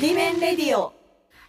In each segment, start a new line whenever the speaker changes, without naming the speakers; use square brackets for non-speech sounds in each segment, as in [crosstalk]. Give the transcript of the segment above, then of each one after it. リメンレディオ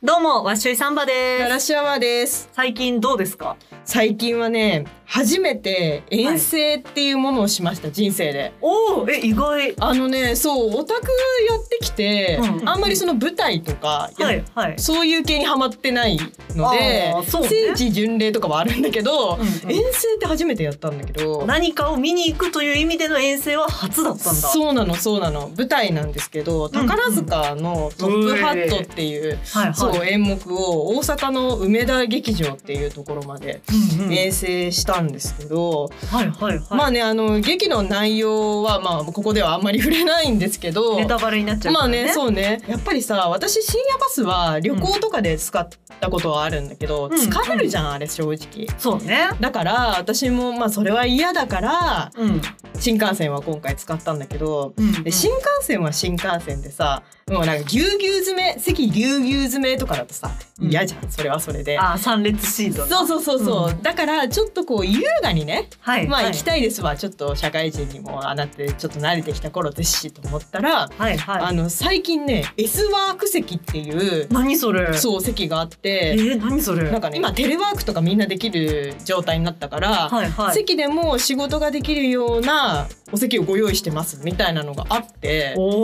どうも、わっしゅいサンバで
奈良
す。
シャワーです。
最近どうですか
最近はね、初めて遠征っていうものをしました、人生で。
おお、え、意外。
あのね、そう、オタクやってきて、
うん
あんまりその舞台とか、
はい、はい。
そういう系にはまってないので
あー、そうね
聖地巡礼とかはあるんだけど、
うんうん
遠征って初めてやったんだけど、
何かを見に行くという意味での遠征は初だったんだ。
そうなのそうなの舞台なんですけど宝塚の「トップハット」っていう、
はい、はい。
そう演目を大阪の梅田劇場っていうところまで
うんうん
遠征したんですけど、
はい、はい、はい。
まあねあの劇の内容はまあここではあんまり触れないんですけど
ネタバレになっちゃう
ま
か
あ
ら
ねそうねやっぱりさ私深夜バスは旅行とかで使ったことはあるんだけど、
ん
疲れるじゃん、あれ正直。
そうね。
だから私もまあそれは嫌だから
うん。
新幹線は今回使ったんだけど、
うん
で新幹線は新幹線でさもうなんかぎゅうぎゅう詰め席ぎゅうぎゅう詰めとかだとさ
うん
嫌じゃん、それはそれで。
あー、三列シートだ。
そうそうそうそう、だからちょっとこう優雅にね
はい。
まあ
はい
行きたいですわ、ちょっと社会人にもあなってちょっと慣れてきた頃ですしと思ったら、
はい、は
あ
い。
の最近ね S ワーク席っていう
何それ
そう席があっ
え
て、
ー、何それ
なんかね今テレワークとかみんなできる状態になったから、
はい、はい。
席でも仕事ができるようなお席をご用意してますみたいなのがあって。で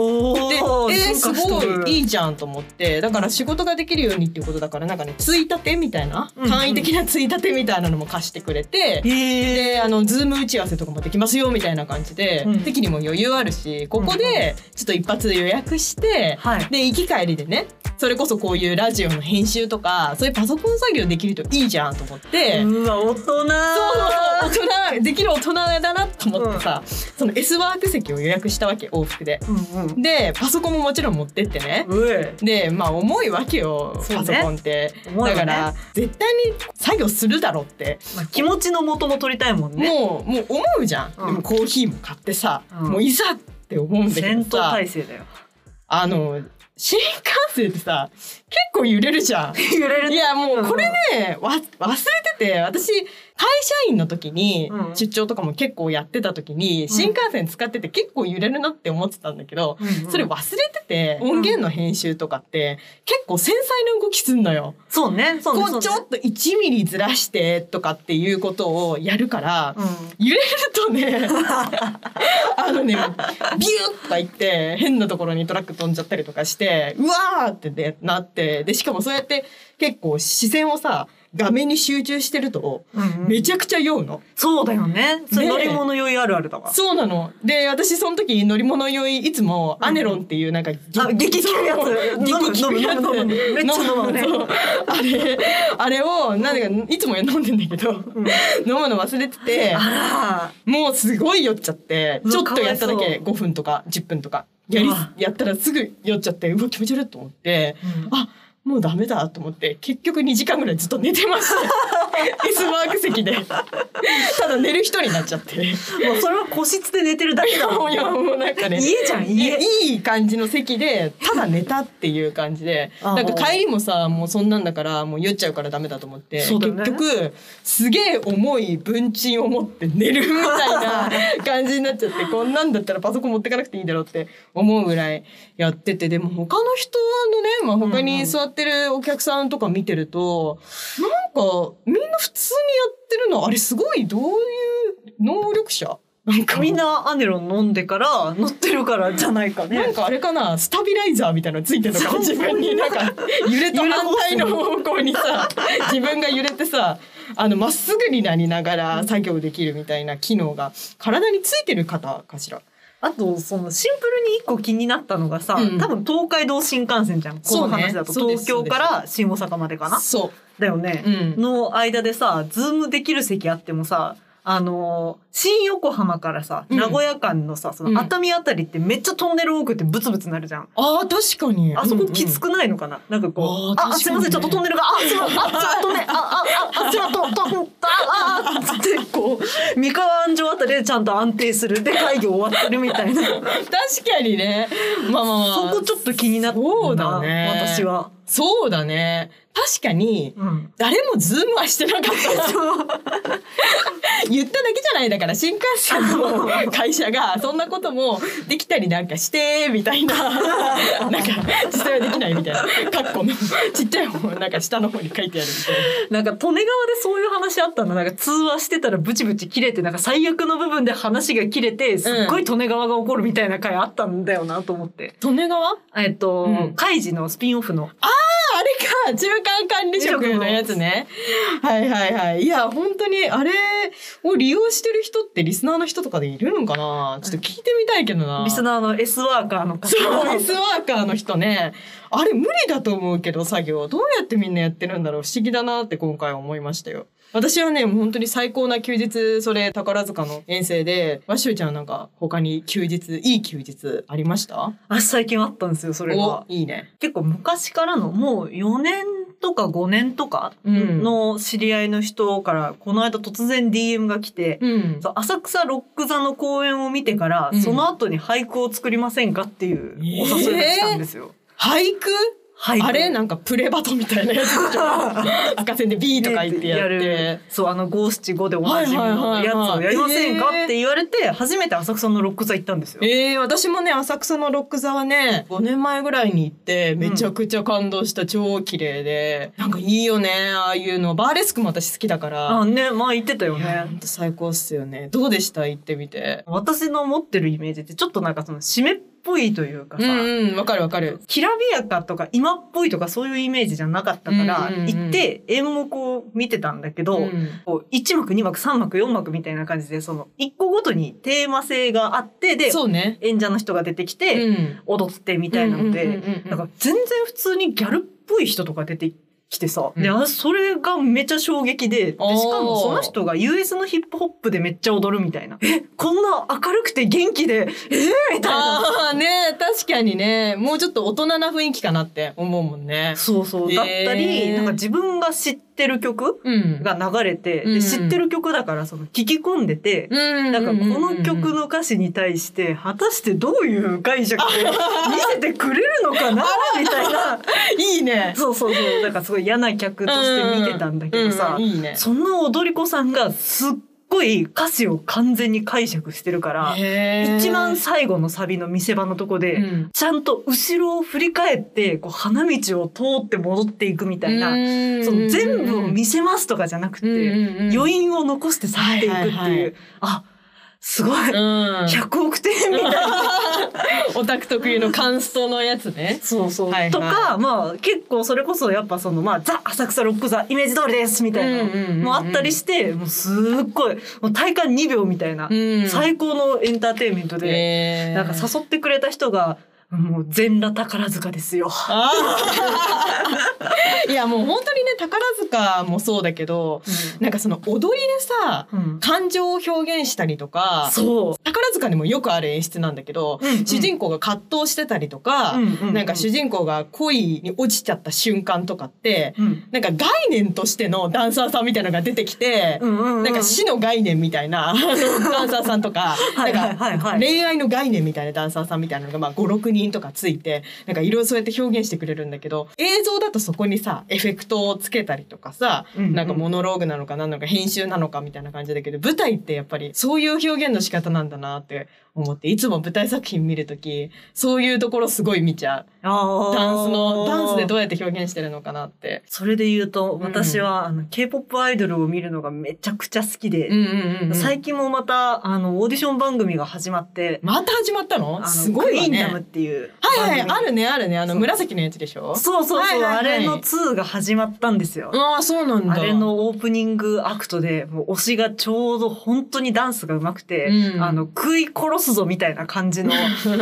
おお、
えーすごい
い。
いいじゃんと思ってだから仕事ができるようにっていうことだからなんかねついたてみたいな
うんうん
簡易的なついたてみたいなのも貸してくれて、
え
であのズーム打ち合わせとかもできますよみたいな感じで、
うん
席にも余裕あるしここでちょっと一発予約して
ー、、はい。
で行き帰りでねそれこそこういうラジオの編集とかそういうパソコン作業できるといいじゃんと思って。
うわ、大人。そう
そうそう大人できる大人だなと思ってさ、その S ワーク席を予約したわけ往復で
うんうん。
でパソコンももちろん持ってってね、
うえ。
でまあ重いわけよ、
そう
パ
ね
ソコンって、
重い
だ
よね
から絶対に作業するだろうって
まあ、気持ちの元も取りたいもんね。
もうもう思うじゃん、
うん
でもコーヒーも買ってさ、
うん
もういざって思うんだけ
戦
ど
闘
さ
態勢だよ。
あの新幹線ってさ結構 [laughs] 揺れるじゃん。
揺れ
いやもうこれ
ね、
ねわ忘れてて私会社員の時に
うん
出張とかも結構やってた時に、新幹線使ってて結構揺れるなって思ってたんだけど、それ忘れてて
ん
音源の編集とかって結構繊細な動きすんのよ。
そうね、そうね。
こうちょっと1ミリずらしてとかっていうことをやるから、揺れるとねあのねビューとかいって変なところにトラック飛んじゃったりとかしてうわーって、ね、なってでしかもそうやって結構視線をさ画面に集中してるとめ
ゃ
ちゃくちゃ酔うの。
そうだよね。それ
ね
乗り物酔いあるあるだわ。
そうなの。で、私その時乗り物酔い、いつもアネロンっていうなんか、
あ激効くやつ
そう激
飲
効
む飲む飲む飲む
くやつ
めっちゃ飲むね
そうあれ、あれを、なんか、いつも飲んでんだけど、飲むの忘れてて、
あ
もうすごい酔っちゃって
う、わ
ちょっとやっただ
かわい
け
そ
5分とか10分とか、やり
うわ、
やったらすぐ酔っちゃって、うわ、気持ち悪いと思って、
うん
あ、もうダメだと思って、結局2時間ぐらいずっと寝て
[laughs]
ました。S ワーク席で。ただ寝る人になっち
[laughs]
ゃって。
ら、もうそれは個室で寝てるだけだもん。
いやもうなんかね
家じゃん、家。
いい感じの席でただ寝たっていう感じで
あ
なんか帰りもさもうそんなんだからもう酔っちゃうからダメだと思って、
そうだよね
結局すげえ重い文鎮を持って寝るみた
[laughs]
いな感じになっちゃってこんなんだったらパソコン持ってかなくていいだろうって思うぐらいやっててでも他の人のね、まあ、他
うんう
に
ん
座ってるお客さんとか見てると、なんかみんな普通にやってるのあれすごいどういう能力者なんか
みんなアネロン飲んでから乗ってるからじゃないか
な
ね
ん。かあれかなスタビライザーみたいなのついてるのかな
そ
自
う
分になんか揺れと
揺れ起
反
こす
対の方向にさ自分が揺れてさあのまっすぐになりながら作業できるみたいな機能が体についてる方かしら
あと、そのシンプルに一個気になったのがさ、
うん
多分東海道新幹線じゃん。この話だと、
そうね
東京から新大阪までかな。
そ
だよね
う、、うん、
の間でさ、ズームできる席あってもさ、あのー新横浜からさ、
うん
名古屋間のさ、そ
うん
の熱海あたりってめっちゃトンネル多くてブツブツなるじゃん。
あー確かに
あそこきつ
く、
くないのかな、なんかこう、
あー
あ、あ
確
すい
かに
ま
ね
せん、ちょっとトンネルが、あ、すいません、あ、あ、トンネル、あ、あ、あ、あ、すいません、トン、トン、トンあ、あ、あ、ってこう、三河安城あたりでちゃんと安定する。で、会議終わってるみたいな。
確かにねまあまあまあ
そこちょっと気になったな
そうだね
私は。
そうだね。確かに、
うん。
誰もズームはしてなかった。言っただけじゃないだから、新幹線の会社が、そんなこともできたりなんかして、みた
[laughs]
いな。なんか、実際はできないみたいな。カッコの、ちっちゃい方、なんか下の方に書いてあるみたいな。
[laughs] なんか利根川でそういう話あったのなんか通話してたらブチブチ切れてなんか最悪の部分で話が切れてすっごい利根川が怒るみたいな回あったんだよなと思って。
利根川あ、
えっと、
うん
カイジのスピンオフの。
あれか中間管理職のやつね。はいはいはい。いや、本当に、あれを利用してる人ってリスナーの人とかでいるのかなちょっと聞いてみたいけどな。
リスナーの S ワーカーの方
[laughs] そう、S ワーカーの人ね。あれ無理だと思うけど、作業。どうやってみんなやってるんだろう不思議だなって今回思いましたよ。私はね、もう本当に最高な休日、それ、宝塚の遠征で、わしゅうちゃんなんか他に休日、いい休日ありました
あ最近あったんですよそれ
お
が、
いいね。
結構昔からのもう4年とか5年とか
うん
の知り合いの人からこの間突然 DM が来て、
うん。
そう浅草ロック座の公演を見てから、
うん
その後に俳句を作りませんかっていうお
えー
誘いが来たんですよ。
俳句
俳句 [laughs]
あれなんかプレバトみたいなやつでしょ赤線で B とか言ってやって。
るそうあの五七五でおなじみのやつ
はいはいはいは
を
い
やりませんか
えー
って言われて初めて浅草のロック座行ったんですよ。
ええ私もね、浅草のロック座はね、5年前ぐらいに行って、めちゃくちゃ感動した、超綺麗で、なんかいいよね、ああいうの。バーレスクも私好きだから。
あねまあ言ってたよ
いやほ
ね
ん。と最高っすよね。どうでした行ってみて。
私の持ってるイメージってちょっとなんかその締めっぽいというか
う
さ、
んうん、わかるわかる。
きらびやかとか今っぽいとかそういうイメージじゃなかったから、
うんうんうん
行って演目を見てたんだけど、
うん
こう1幕2幕3幕4幕みたいな感じでその1個ごとにテーマ性があってで
そうね。
演者の人が出てきて、
うん。
踊ってみたいなので、
うんうんうんうん
なんか全然普通にギャルっぽい人とか出てきてさ、
うん
であそれがめちゃ衝撃ででしか
おー
もその人が US のヒップホップでめっちゃ踊るみたいなえこんな明るくて元気でえー、みたいな。
ああ、ね確かにね。もうちょっと大人な雰囲気かなって思うもんね。
そうそう、
へー
だったりなんか自分が知ってる曲
うん。
が流れて、
うんう
で
ん
知ってる曲だからその聞き込んでて、
うん。
なんかこの曲
の
の歌詞に対して果たしてどういう解釈で見せてくれるのかな
[laughs]
みたいな。
いいね。
そうそうそう。だからすごい嫌な客として見てたんだけどさ
うん、うんいいね。
その踊り子さんがすっごい歌詞を完全に解釈してるから、一
一
番最後のサビの見せ場のとこで、
み
ちゃんと後ろを振り返って、こう花道を通って戻っていくみたいな、その全部を見せますとかじゃなくて、余
韻
韻を残して去っていくって
はいはい
い、
はいう
あ、すごい、
うん
100億点みたいな。
[laughs] オタク特有のカンストのやつね。
そうそう。
はいはい
とか、まあ結構それこそやっぱその、まあザ・浅草ロック座イメージ通りですみたいな
うんうんうんうん
のもあったりして、もうすっごい、もう体感2秒みたいな、
最
最高のエンターテインメントで、
で
なんか誘ってくれた人が、もう全裸宝塚ですよ。
あー [laughs] いやもう本当にね宝塚もそうだけどなんかその踊りでさ
うん
感情を表現したりとか
そう。
宝塚にもよくある演出なんだけど、
うんうん
主人公が葛藤してたりとか、
うんうんうん
なんか主人公が恋に落ちちゃった瞬間とかって、
うん
なんか概念としてのダンサーさんみたいなのが出てきて、
うんうんうん
なんか死の概念みた
[laughs]
いなダンサーさんとか、
はいは
ないん
はい
か
はい
恋愛の概念みたいなダンサーさんみたいなのがまあ5、6人とかついて、なんかいろいろそうやって表現してくれるんだけど、映像だとそこにさ、エフェクトをつけたりとかさ、
うんうん
なんかモノローグなのか何なのか編集なのかみたいな感じだけど、舞台ってやっぱりそういう表現の仕方なんだなって思って、いつも舞台作品見るとき、そういうところすごい見ちゃう。
あー
ダンスの、ダンスでどうやって表現してるのかなって。
それで言うと、
ん
私は、あの、K-POP アイドルを見るのがめちゃくちゃ好きで、
最
最近もまた、あの、オーディション番組が始まって、
また始まった
あ
の
の
すごいわ
クイーンダムっ
ね。
ていう
はいはい、
番組
あるね、あるね。あの、
そう
紫のやつでしょ
そうそうそう、
はいはいはい
あれの2が始まったんですよ。
ああ、そうなんだ。
あれのオープニングアクトで、もう推しがちょうど本当にダンスが上手くて、
うん
あの、食い殺すぞみたいな感じの
うんうん、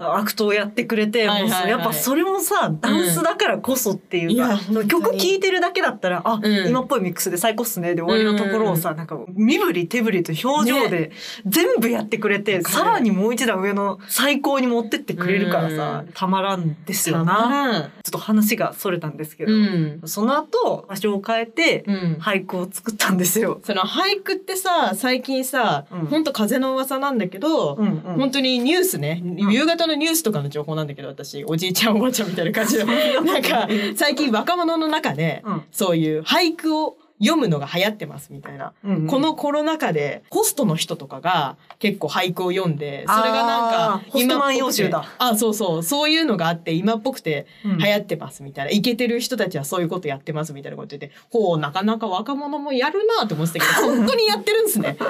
アクトをやってくれて、
はい
も
はいはい
うそやっぱそれもさ、ダンスだからこそっていう
い
か
や、本当に
曲聴いてるだけだったら、あ、
うん
今っぽいミックスで最高っすね、で終わりのところをさ、なんか身振り手振りと表情で全部やってくれて、
わかる
さらにもう一段上の最高に持ってってくれるるからさ、たまらんですよな。ちょっと話がそれたんですけど、
うん。
その後場所を変えて
うん。
俳句を作ったんですよ。
その俳句ってさ、最近さ、
うん
ほんと風の噂なんだけど、
うんうん
本当にニュースね、
ん
夕方のニュースとかの情報なんだけど、私、おじいちゃんおばあちゃんみたいな感
[laughs]
じで、なんか、最近若者の中で、
うん
そういう俳句を読むのが流行ってますみたいな。
うんうん
このコロナ禍で、ホストの人とかが結構俳句を読んで、それがなん
あ
か
ー、ホス
今
ト
っ
マン
ぽ
要
くて
集だ。
あ、そうそう。そういうのがあって、今っぽくて
うん
流行ってますみたいな。イケてる人たちはそういうことやってますみたいなこと言って、ほう、なかなか若者もやるなと思ってた
[laughs]
けど、本当にやってるんですね。本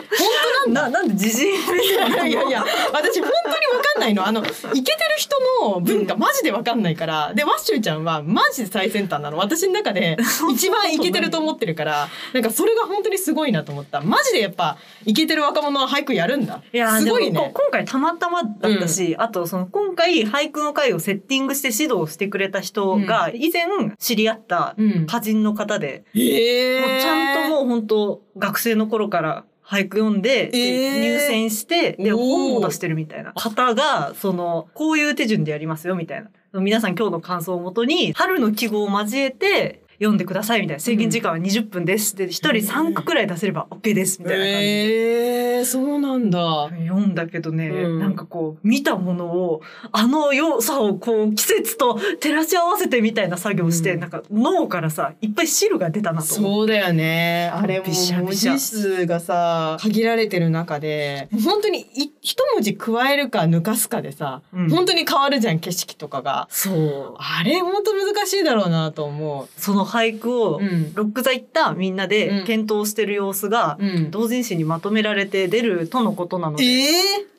当なんだ。
ななんで自信
[laughs] いやいやいや、私本当にわかんないの。あの、イケてる人の文化マジでわかんないから。で、ワッシュちゃんはマジで最先端なの。私の中で一番イケてると思ってるから、なんかそれが本当にすごいなと思った。マジでやっぱ、イケてる若者は俳句やるんだ。
いやす
すご
ご
い
いね
ね。
今回たまたまだったし、あとその今回俳句の会をセッティングして指導してくれた人が以前知り合った
うん
歌人の方で、
え
もうちゃんともう本当学生の頃から俳句読んで、で
えー
入選してで
おー
本も出してるみたいな方がそのこういう手順でやりますよみたいな皆さん今日の感想をもとに春の季語を交えて読んでくださいみたいな制限時間は20分ですで1人3句くらい出せれば OK ですみたいな感じで。
えー、そうなんだ。
読んだけどね、
うん
なんかこう見たものをあの良さをこう季節と照らし合わせてみたいな作業をして、
うん
なんか脳からさいっぱい汁が出たなと思う。
そうだよね。あれも
びしゃ
文
びしゃ
字数がさ、限られてる中で、本当にい一文字加えるか抜かすかでさ、
うん
本当に変わるじゃん、景色とかが。
そう
あれ本当難しいだろうなと思う。
その俳句を、
ん。
ロック座行ったみんな
う
で
ん
検討してる様子が、
うん、
同人誌にまとめられて出るとのことなの
え
で、
ー、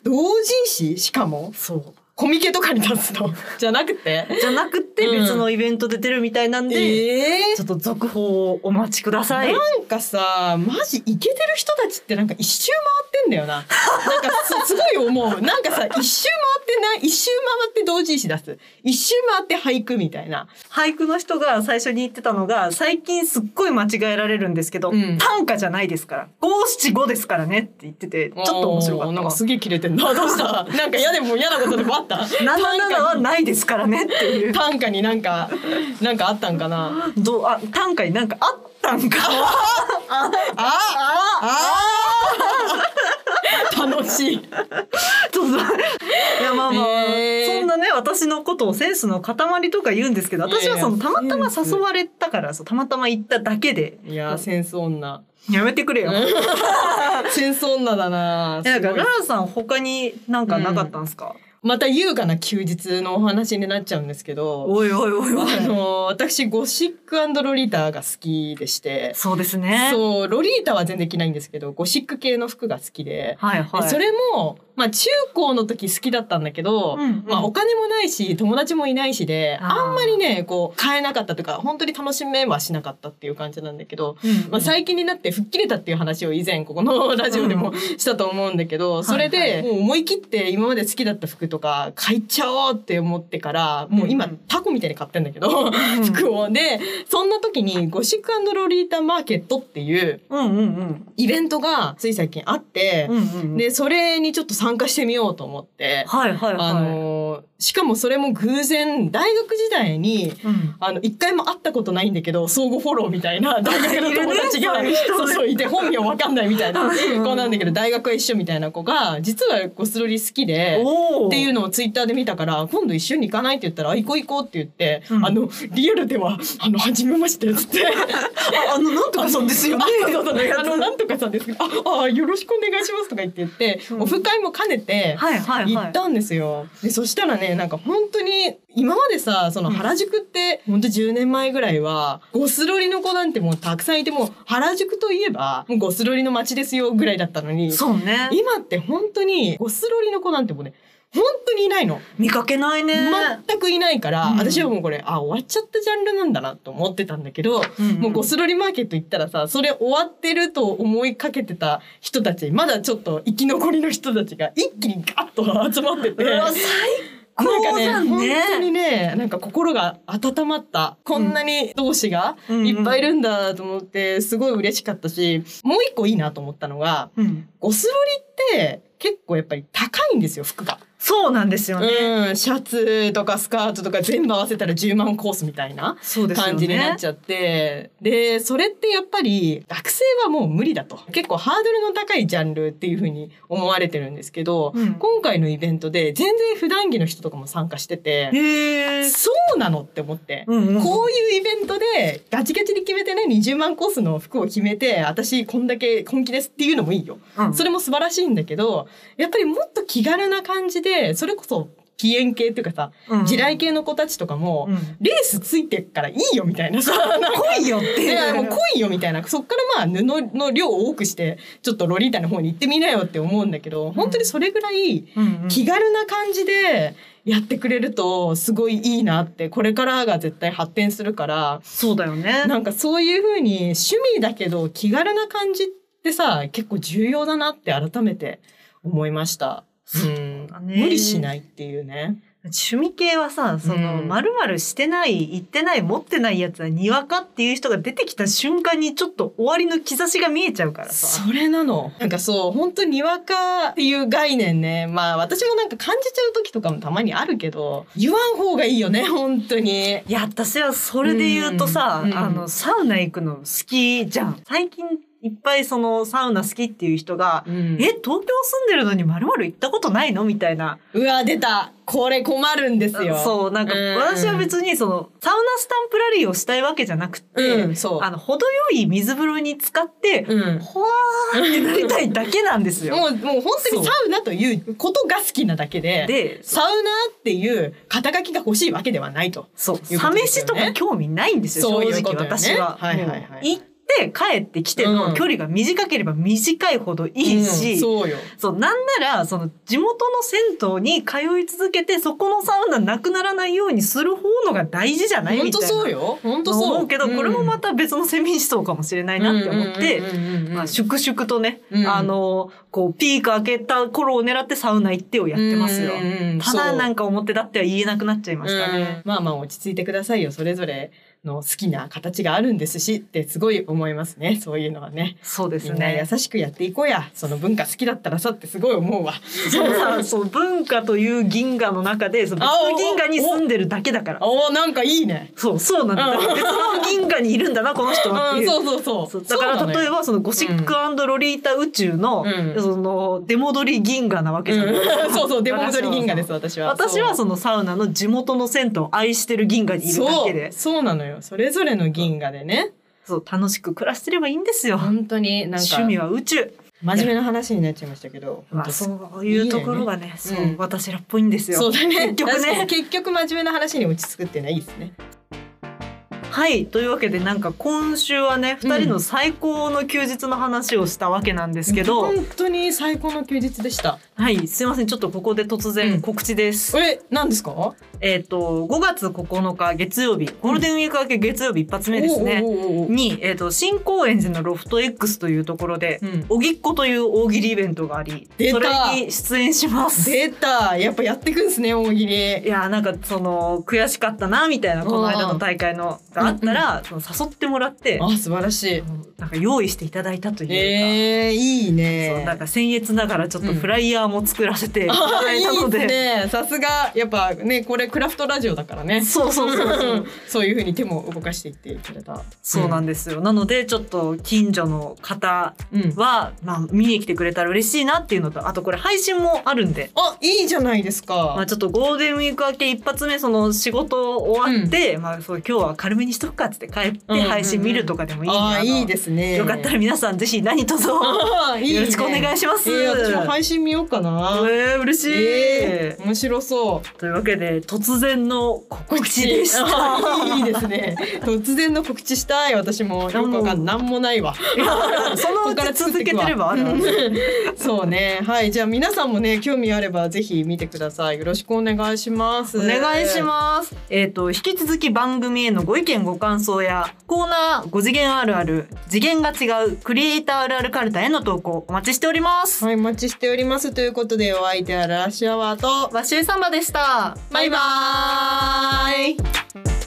同人誌しかも
そ
コミケとかに立つの [laughs] じゃなくて
うじゃなくって
うん
別のイベントで出るみたいなんで、
え
ちょっと続報をお待ちください。
なんかさ、マジイケてる人たちってなんか一周回ってんだよな。なんかすすごい思う。なんかさ、一周回ってない、一周回って同人誌出す。一周回って俳句みたいな。
俳句の人が最初に言ってたのが最近すっごい間違えられるんですけど、
うん
短歌じゃないですから五七五ですからねって言っててちょっと面白か
お
った
ーなん
わ
か。すげえキレてんな。どうしたなんか嫌でも嫌なことでもあった。
七七は
短歌に
ないですからねっていう
短歌になんか、なんかあったんかな。
どうあ短歌になんかあった
[laughs]
んか
ああああ楽しい。
ちょっといやまあまあ、
へー
そんなね私のことをセンスの塊とか言うんですけど私はその
いや
た
い
また
や
ま
センス
誘われたからそうたまたま行っただけで
いやー、センス [laughs] 女。
やめてくれよ。
センス女だな
えなんか
すごい
ララさん他になんかなかったんですか、
また優雅な休日のお話になっちゃうんですけど、
おいおいおいおい
あの、私、ゴシックロリータが好きでして、
そうですね
そう、ロリータは全然着ないんですけど、ゴシック系の服が好きで、
はいはい
でそれも、まあ、中高の時好きだったんだけど、
うんうん
まあ、お金もないし、友達もいないしで、
あー
あんまりね、こう、買えなかったというか、本当に楽しめはしなかったっていう感じなんだけど、
うん
まあ、最近になって吹っ切れたっていう話を以前ここのラジオでもしたと思うんだけど、それ
はいは
でもう思い切って今まで好きだった服とか買いちゃおうって思ってから、もう今
うんうん
タコみたいに買ってんだけど、
ん
服を。で、そんな時にゴシックロリータマーケットって [laughs] いう
うんうんうん。
イベントがつい最近あって
う、んうん、
で、それにちょっと参加してみようと思って、
はいはいはい。
あの、しかもそれも偶然大学時代に
うん、
あの、一回も会ったことないんだけど、相互フォローみた
[laughs]
いな、大学の友達が、
いるねそういう人ね
そうそういて、本名わかんないみたいな
うん
子なんだけど、大学は一緒みたいな子が、実はゴスロリ好きで、
おー
っていうのをツイッターで見たから、今度一緒に行かないって言ったら、あ行こう行こうって言って、
うん
あの、リアルでは、あの、初めましてっつ
[laughs]
って、
ああの、なんとかさんですよね。
あそうそうそうあの、なんとかさんですけど、あ、あよろしくお願いしますとか言って言って、
うん
オフ会も兼ねて、
はいはいは
行っ
い。
たんですよ。で、そしたらね、なんか本当に、今までさ、その
うん
原宿って、本当10年前ぐらいは、ゴスロリの子なんてもうたくさんいて、もう原宿といえば、もうゴスロリの街ですよぐらいだったのに、
そうね。
今って本当に、ゴスロリの子なんてもうね、本当にいないの。
見かけないね。
全くいないから、
うん
私はもうこれ、あ、終わっちゃったジャンルなんだなと思ってたんだけど、
うんうん
もうゴスロリマーケット行ったらさ、それ終わってると思いかけてた人たち、まだちょっと生き残りの人たちが一気にガッと集まってて。
うわ、最高
なんかね
じゃん
本
ね。
当にね、なんか心が温まった。こんなに同志が
うん
いっぱいいるんだと思って、すごい嬉しかったし、もう一個いいなと思ったのが、
うん。
ゴスロリって結構やっぱり高いんですよ、服が。
そうなんですよね。
うん、シャツとかスカートとか全部合わせたら10万コースみたいな
そうですよね。
感じになっちゃって、で、それってやっぱり学生はもう無理だと。結構ハードルの高いジャンルっていうふうに思われてるんですけど、
うん
今回のイベントで全然普段着の人とかも参加してて、
へえ。
そうなのって思って。
うんうん
こういうイベントでガチガチに決めてね20万コースの服を決めて私こんだけ本気ですっていうのもいいよ。
うん
それも素晴らしいんだけどやっぱりもっと気軽な感じでそれこそ起源系っていうかさ
うん
地雷系の子たちとかも、
うん
レースついてっからいいよみたいなさなんか
来 [laughs] いよってい
いや
う。
もう来いよみたいなそっからまあ布の量を多くしてちょっとロリータの方に行ってみなよって思うんだけど本当にそれぐらい
うんうん
気軽な感じでやってくれるとすごいいいなってこれからが絶対発展するから
そうだよね。
なんかそういうふうに趣味だけど気軽な感じってさ結構重要だなって改めて思いました。うん
だね
無理しないっていうね。
趣味系はさ、その、
うん
まるまるしてない、言ってない、持ってないやつは、にわかっていう人が出てきた瞬間に、ちょっと終わりの兆しが見えちゃうからさ。
それなの。なんかそう、本当にわかっていう概念ね。まあ私もなんか感じちゃう時とかもたまにあるけど、言わん方がいいよね、本当に。
いや、私はそれで言うとさ、
うん
あ
う
の、
ん
サウナ行くの好きじゃん。最近、いっぱいその、サウナ好きっていう人が、
うん
え、東京住んでるのにまるまる行ったことないのみたいな。
うわ、出た。これ困るんですよ。
そう、なんか、
うん
私は別にその、サウナスタンプラリーをしたいわけじゃなくて、
ん、そう。
あの、程よい水風呂に使って、
うん。
ほわーってなりたいだけなんですよ。
もう、もう本当にサウナということが好きなだけで、
で、
サウナっていう肩書きが欲しいわけではないと。
そう、
いうこ
サ
と
メ
です
シ
よね
とか興味ないんですよ、
そうい
正
うこ
直
とよね
私は。
はいはいは
も
い
う行って帰ってきての距離が短ければ短いほどいいし、
うんそうよ。
そう、なんなら、その、地元の銭湯に通い続けて、そこのサウナなくならないようにする方のが大事じゃない
本
みた
当
いな。
そうよ。本当そう。
思うけど、これもま
た
た別のセミ思想かもしれないなって思って、まあ、粛々とね、
うん
あの、こう、ピーク開けた頃を狙ってサウナ行ってをやってますよ。ただなんんか表だっては言えなくなっちゃいました
うん
ね。
まあまあ落ち着いてくださいよ。それぞれの好きな形があるんですしってすごい思いますね。そういうのはね。
そうで
み
す
んな優
ね。
しくやっていこうや。その文化好きだったらさってすごい思うわ。
そのさ、そう、文化という銀河の中で、その別
あお
の銀河に住んでるだけだから。
おーなんかいいね。
そう、そうなんだ。
うん
別の銀河にいるんだな、この人はっ
う
て
ん、
いう。
そうそうそう。
そうだから
そうなの
例え
よ
ばそのゴシックロリータ宇宙の,、
うん
その出戻り銀河なわけじゃない、
うんそうそう、出戻り銀河です、私は。
私はそのサウナの地元の銭湯を愛してる銀河にいるだ
そ
け
う
で
そうなのよ。それぞれの銀河でね。
そう楽しく暮らしてればいいんですよ
本当になんか
趣味は宇宙
真面目な話になっちゃいましたけど。
まあそういうところがねそう
うん
私らっぽいんですよ、
そうだね。
結局
確かに
ね
結局真面目な話に落ち着くっていうのはいいですね。
はいというわけでなんか今週はね
うん
2人の最高の休日の話をしたわけなんですけど、
本当に最高の休日でした。
はいすいませんちょっとここで突
うん
然告知です、
え、何ですか？お
えっ、と5月9日月曜日ゴールデンウィーク明け月曜日一発目ですね、
おうおうおう
に、えっと新高円寺のロフト X というところで
うん
おぎっこという大喜利イベントがあり
出た
それに出演します
出た。やっぱやってくんですね、大喜
い
利。
やーなんかその悔しかったなみたいなこの間の大会のがあったら、その誘ってもらって
あ、素晴らしい
あ。のなんか用意していただいたというか、
えー、いい
そうなん
ね。
か僭越ながらちょっとフライヤーも作らせていた
あ、
だ
い
いたの
い
で。
ですね。さすがやっぱね、これクラフトラジオだからね。
そうそうそうそう
[laughs] そういうふうに手も動かしていってくれた。
そうなんですよ、なのでちょっと近所の方
うん。
は、まあ、見に来てくれたら嬉しいなっていうのとあとこれ配信もあるんで
あ、いいじゃないです
まあ、
か。
ちょっとゴールデンウィーク明け一発目その仕事終わって、まあ、そう今日は軽めにしとくかっつって帰って
うんうんうん
配信見るとかでもいいんで、
あ
あ
ー、
の
いいですね。
よかったら皆さんぜひ何卒よ
あー。いいね
ろしくお願いします。
えー私も配信見ようかな。
えー嬉しい、
えー面白そう。
というわけで突然の告知でした。
いいですね。突然の告知したい私もよくわかんなんもないわ。
[laughs] そのうち続けてればあるわ
そうね。はいじゃあ皆さんもね興味あればぜひ見てください。よろしくお願いします。
お願いし
す。
ます。えっ、と、引き続き番組へのご意見ご感想や、コーナー5次元あるある、次元が違うクリエイターあるあるカルタへの投稿お待ちしております。
はいお待ちしておりますということでお相手はララシアワーと
わしゅうさんばでした。
バイバーイ。